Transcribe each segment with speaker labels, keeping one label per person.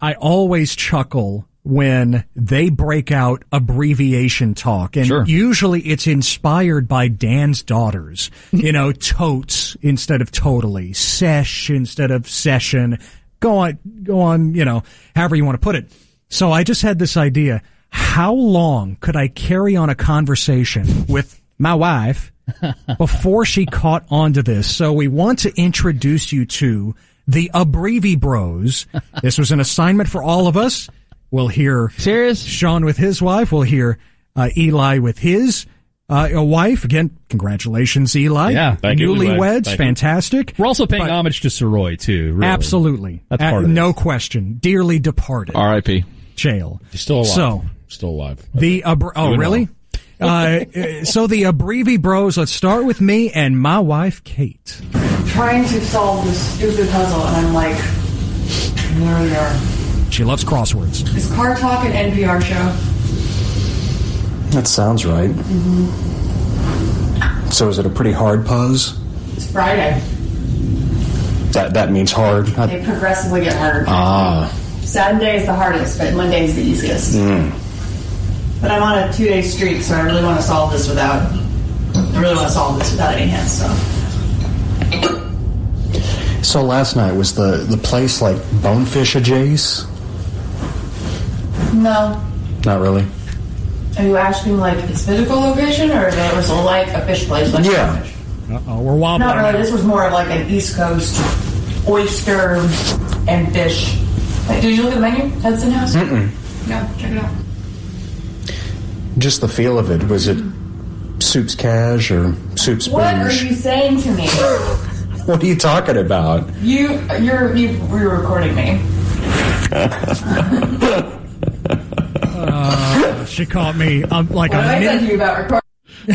Speaker 1: I always chuckle when they break out abbreviation talk. And
Speaker 2: Sure.
Speaker 1: usually it's inspired by Dan's daughters. you know, totes instead of totally, sesh instead of session. Go on, go on, you know, however you want to put it. So I just had this idea. How long could I carry on a conversation with my wife before she caught on to this. So we want to introduce you to the Abbrevi Bros. This was an assignment for all of us. We'll hear
Speaker 3: Serious?
Speaker 1: Sean with his wife. We'll hear uh, Eli with his uh, wife. Again, congratulations, Eli.
Speaker 3: Yeah,
Speaker 2: thank you, Eli.
Speaker 1: Newlyweds,
Speaker 2: Thank you.
Speaker 1: fantastic.
Speaker 3: We're also paying
Speaker 1: But-
Speaker 3: homage to Soroy too. really.
Speaker 1: Absolutely.
Speaker 3: That's part of
Speaker 1: No question. Dearly departed
Speaker 2: R.I.P.
Speaker 1: jail.
Speaker 4: He's still alive.
Speaker 1: So
Speaker 4: still alive.
Speaker 1: the abr- oh
Speaker 4: Doing
Speaker 1: really? Uh, uh, so the Abbrevi Bros. Let's start with me and my wife Kate.
Speaker 5: trying to solve this stupid puzzle, and I'm like, there we are.
Speaker 1: She loves crosswords.
Speaker 5: Is Car Talk an NPR show?
Speaker 6: That sounds right.
Speaker 5: Mm-hmm.
Speaker 6: So is it a pretty hard pause?
Speaker 5: It's Friday.
Speaker 6: That that means hard. I,
Speaker 5: They progressively get harder. Saturday is the hardest, but Monday is the easiest. But I'm on a two-day streak, so I really want to solve this without. I really want to solve this without any hands. So
Speaker 6: so last night was the the place like bonefish adjace?
Speaker 5: no.
Speaker 6: Not really.
Speaker 5: Are you asking like its physical location, or that it was like a fish place? Like
Speaker 6: Yeah.
Speaker 5: fish?
Speaker 1: Uh-oh, we're wobbling.
Speaker 5: Not really. This was more of like an East Coast oyster and fish. Like, did you look at the menu? Hudson House? Mm-mm. No, check it out.
Speaker 6: Just the feel of it. Was it soups cash or soups
Speaker 5: Mm-hmm. What are
Speaker 6: beige?
Speaker 5: you saying to me?
Speaker 6: What are you talking about?
Speaker 5: You, you're, you, you're recording me.
Speaker 1: She caught me um, like a
Speaker 5: What did I say to
Speaker 1: minute.
Speaker 5: you about recording?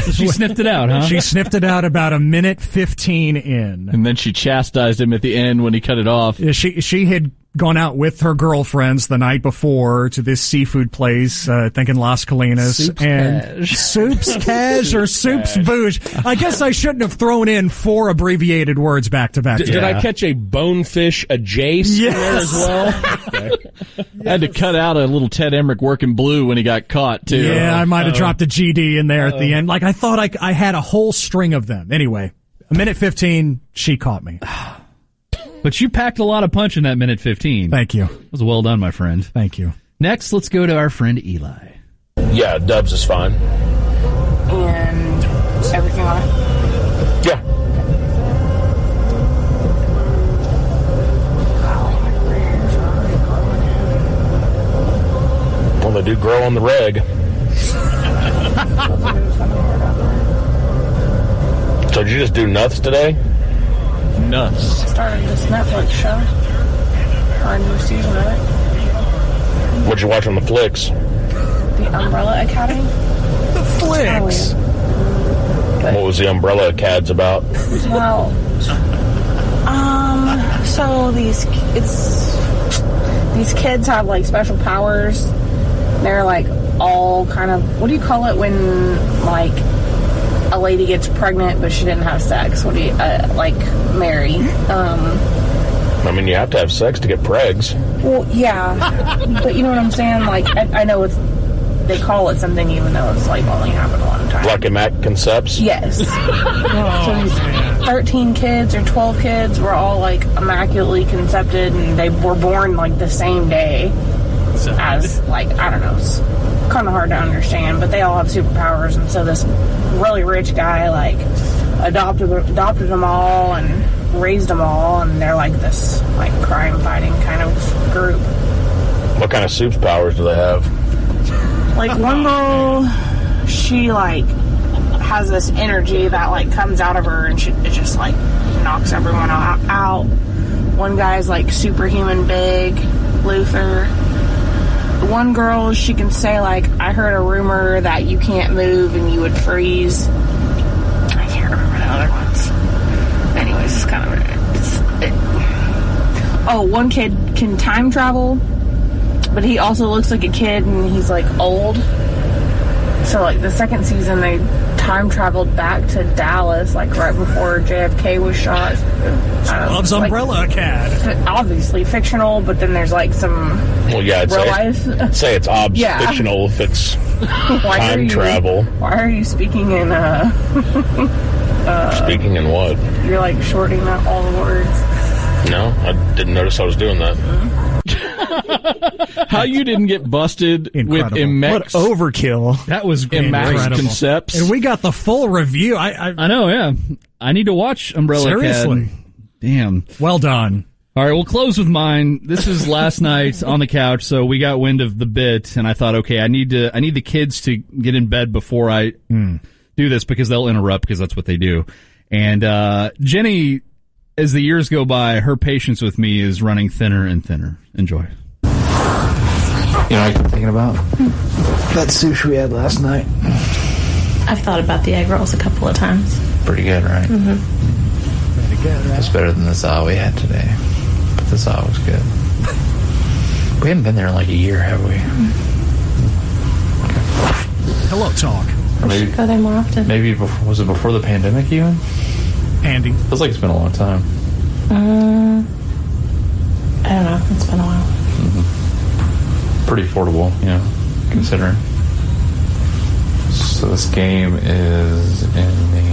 Speaker 3: She sniffed it out, huh?
Speaker 1: She sniffed it out about a minute fifteen in.
Speaker 2: And then she chastised him at the end when he cut it off.
Speaker 1: Yeah, She she had gone out with her girlfriends the night before to this seafood place, uh, I think in Las Colinas,
Speaker 3: Soups
Speaker 1: and
Speaker 3: Cash.
Speaker 1: soups cash or soups bouge. I guess I shouldn't have thrown in four abbreviated words back to back.
Speaker 4: D- Did I catch a bonefish adjace in there as well?
Speaker 2: I had to cut out a little Ted Emmerich working blue when he got caught too.
Speaker 1: Yeah, I might have dropped a GD in there at the end. Like I thought I, I had a whole string of them. Anyway, a minute 15, she caught me.
Speaker 3: but you packed a lot of punch in that minute fifteen.
Speaker 1: Thank you.
Speaker 3: That was well done, my friend.
Speaker 1: Thank you.
Speaker 3: Next, let's go to our friend Eli.
Speaker 4: yeah, Dubs is fine.
Speaker 7: and everything on it.
Speaker 4: Yeah. Well, they do grow on the reg. so did you just do nuts today?
Speaker 2: nuts.
Speaker 7: Started this Netflix show. Our new season of it.
Speaker 4: What'd you watch on the flicks?
Speaker 7: The Umbrella Academy. Oh,
Speaker 1: The flicks.
Speaker 4: What was the Umbrella Acads about?
Speaker 7: Well, um, so these it's these kids have like special powers. They're like all kind of what do you call it when like a lady gets pregnant but she didn't have sex? What do you uh, like Mary? Um,
Speaker 4: I mean, you have to have sex to get pregs.
Speaker 7: Well, yeah, but you know what I'm saying. Like, I, I know it's they call it something, even though it's like only happened one time.
Speaker 4: Like Mac concepts?
Speaker 7: Yes. so these 13 kids or 12 kids were all like immaculately concepted, and they were born like the same day as like I don't know. It's kind of hard to understand, but they all have superpowers, and so this really rich guy like adopted adopted them all and raised them all, and they're like this like crime fighting kind of group.
Speaker 4: What kind of soups powers do they have?
Speaker 7: like one girl she like has this energy that like comes out of her and she it just like knocks everyone out, out. one guy's like superhuman big luther one girl she can say like i heard a rumor that you can't move and you would freeze i can't remember the other ones anyways it's kind of it's, it, oh one kid can time travel but he also looks like a kid and he's like old. So like the second season they time traveled back to Dallas, like right before JFK was shot. I don't know,
Speaker 1: Loves
Speaker 7: like,
Speaker 1: Umbrella Acad.
Speaker 7: fi- obviously fictional, but then there's like some
Speaker 4: Well, yeah, I'd
Speaker 7: real
Speaker 4: say,
Speaker 7: life.
Speaker 4: say it's ob
Speaker 7: Yeah.
Speaker 4: fictional if it's
Speaker 7: why
Speaker 4: time travel.
Speaker 7: Why are you speaking in? Uh,
Speaker 4: Speaking in what?
Speaker 7: you're like shorting out all the words.
Speaker 4: No, I didn't notice I was doing that.
Speaker 2: How you didn't get busted
Speaker 1: Incredible.
Speaker 2: with
Speaker 8: What
Speaker 2: Imex,
Speaker 8: overkill.
Speaker 3: That was
Speaker 2: Imax
Speaker 1: Incredible.
Speaker 2: concepts?
Speaker 1: And we got the full review. I, I
Speaker 3: I know, yeah. I need to watch Umbrella Acad.
Speaker 1: Seriously.
Speaker 3: Damn.
Speaker 1: well done.
Speaker 3: All right, we'll close with mine. This is last night on the couch, so we got wind of the bit, and I thought, okay, I need to, I need the kids to get in bed before I
Speaker 8: Hmm.
Speaker 3: do this because they'll interrupt because that's what they do. And uh, Jenny, as the years go by, her patience with me is running thinner and thinner. Enjoy.
Speaker 6: You know, I've been thinking about that sushi we had last night.
Speaker 9: I've thought about the egg rolls a couple of times.
Speaker 10: Pretty good, right? Mm-hmm. It's better than the za we had today. But the za was good. we haven't been there in like a year, have we?
Speaker 9: Mm-hmm.
Speaker 1: Hello, talk,
Speaker 10: Or maybe,
Speaker 9: Go there more often.
Speaker 10: maybe before, was it before the pandemic even?
Speaker 1: Andy.
Speaker 10: Feels like it's been a long time.
Speaker 9: Uh, I don't know. It's been a while.
Speaker 10: Pretty affordable, you know, considering. So this game is in the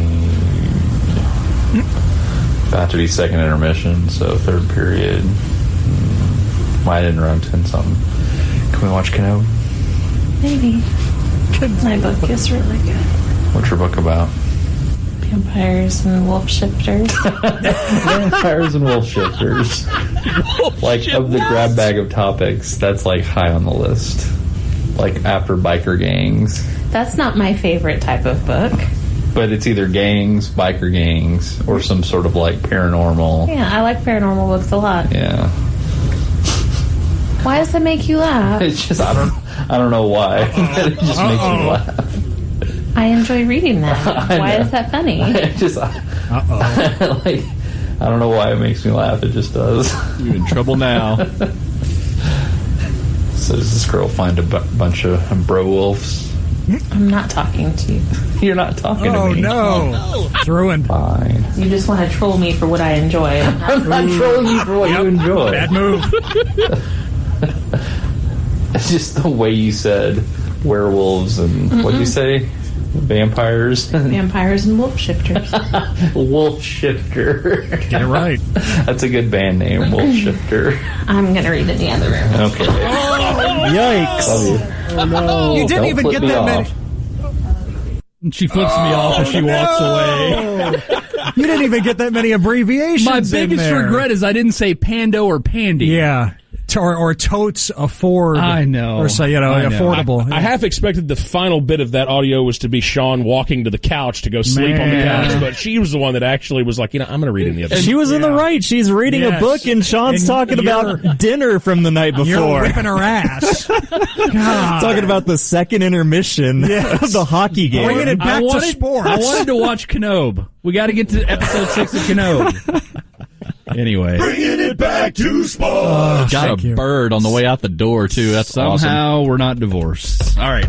Speaker 10: about to be second intermission, so third period. Mm, Might end around ten something. Can we watch Kenobi?
Speaker 9: Maybe. My book is really good.
Speaker 10: What's your book about?
Speaker 9: Vampires and wolf shifters.
Speaker 10: Vampires and wolf shifters. like of the grab bag of topics, that's like high on the list. Like after biker gangs,
Speaker 9: That's not my favorite type of book.
Speaker 10: but it's either gangs, biker gangs, or some sort of like paranormal.
Speaker 9: Yeah, I like paranormal books a lot.
Speaker 10: Yeah,
Speaker 9: Why does that make you laugh?
Speaker 10: it's just I don't I don't know why. it just makes me laugh.
Speaker 9: I enjoy reading that.
Speaker 10: I
Speaker 9: Why
Speaker 10: know.
Speaker 9: is that funny?
Speaker 10: It just
Speaker 1: Uh oh.
Speaker 10: like I don't know why it makes me laugh. It just does.
Speaker 2: you in trouble now.
Speaker 10: So does this girl find a bu- bunch of bro wolves?
Speaker 9: I'm not talking to you.
Speaker 10: You're not talking
Speaker 1: Oh
Speaker 10: to me.
Speaker 1: no. It's ruined.
Speaker 10: Fine.
Speaker 9: You just want to troll me for what I enjoy.
Speaker 10: I'm not trolling you for what you enjoy.
Speaker 1: Bad move.
Speaker 10: It's just the way you said werewolves and what do you say?
Speaker 1: Mm-hmm.
Speaker 10: Vampires,
Speaker 9: Vampires and wolf shifters.
Speaker 10: Wolf Shifter.
Speaker 1: Get it right.
Speaker 10: That's a good band name, Wolf Shifter.
Speaker 9: I'm gonna read in the other room.
Speaker 10: Okay,
Speaker 8: Yikes.
Speaker 10: love you.
Speaker 1: Oh, you didn't
Speaker 10: Don't
Speaker 1: even
Speaker 10: flip
Speaker 1: get
Speaker 10: me
Speaker 1: that
Speaker 10: off.
Speaker 1: many.
Speaker 3: And she flips me off
Speaker 8: Oh,
Speaker 3: as she walks away.
Speaker 1: You didn't even get that many abbreviations.
Speaker 3: My
Speaker 1: in
Speaker 3: biggest
Speaker 1: there.
Speaker 3: regret is I didn't say Pando or Pandy.
Speaker 1: Yeah. To- Or, or totes afford.
Speaker 3: I know.
Speaker 1: Or say, you know,
Speaker 3: I know.
Speaker 1: affordable.
Speaker 4: I half expected the final bit of that audio was to be Sean walking to the couch to go sleep on the
Speaker 1: Man.
Speaker 4: couch, but she was the one that actually was like, you know, I'm going to read in the other.
Speaker 8: She was in the right. She's reading a
Speaker 1: Yes.
Speaker 8: book, and Sean's
Speaker 1: And
Speaker 8: talking
Speaker 1: you're-
Speaker 8: about dinner from the night
Speaker 1: You're
Speaker 8: before.
Speaker 1: whipping her ass.
Speaker 8: Talking about the second intermission of the hockey game.
Speaker 1: Bringing it back
Speaker 3: I wanted,
Speaker 1: to sports.
Speaker 3: I wanted to watch Knob. We got to get to episode six of Knob. anyway,
Speaker 2: Got
Speaker 1: thank
Speaker 2: a
Speaker 1: you.
Speaker 2: bird on the way out the door too. That's
Speaker 3: somehow we're not divorced. All right.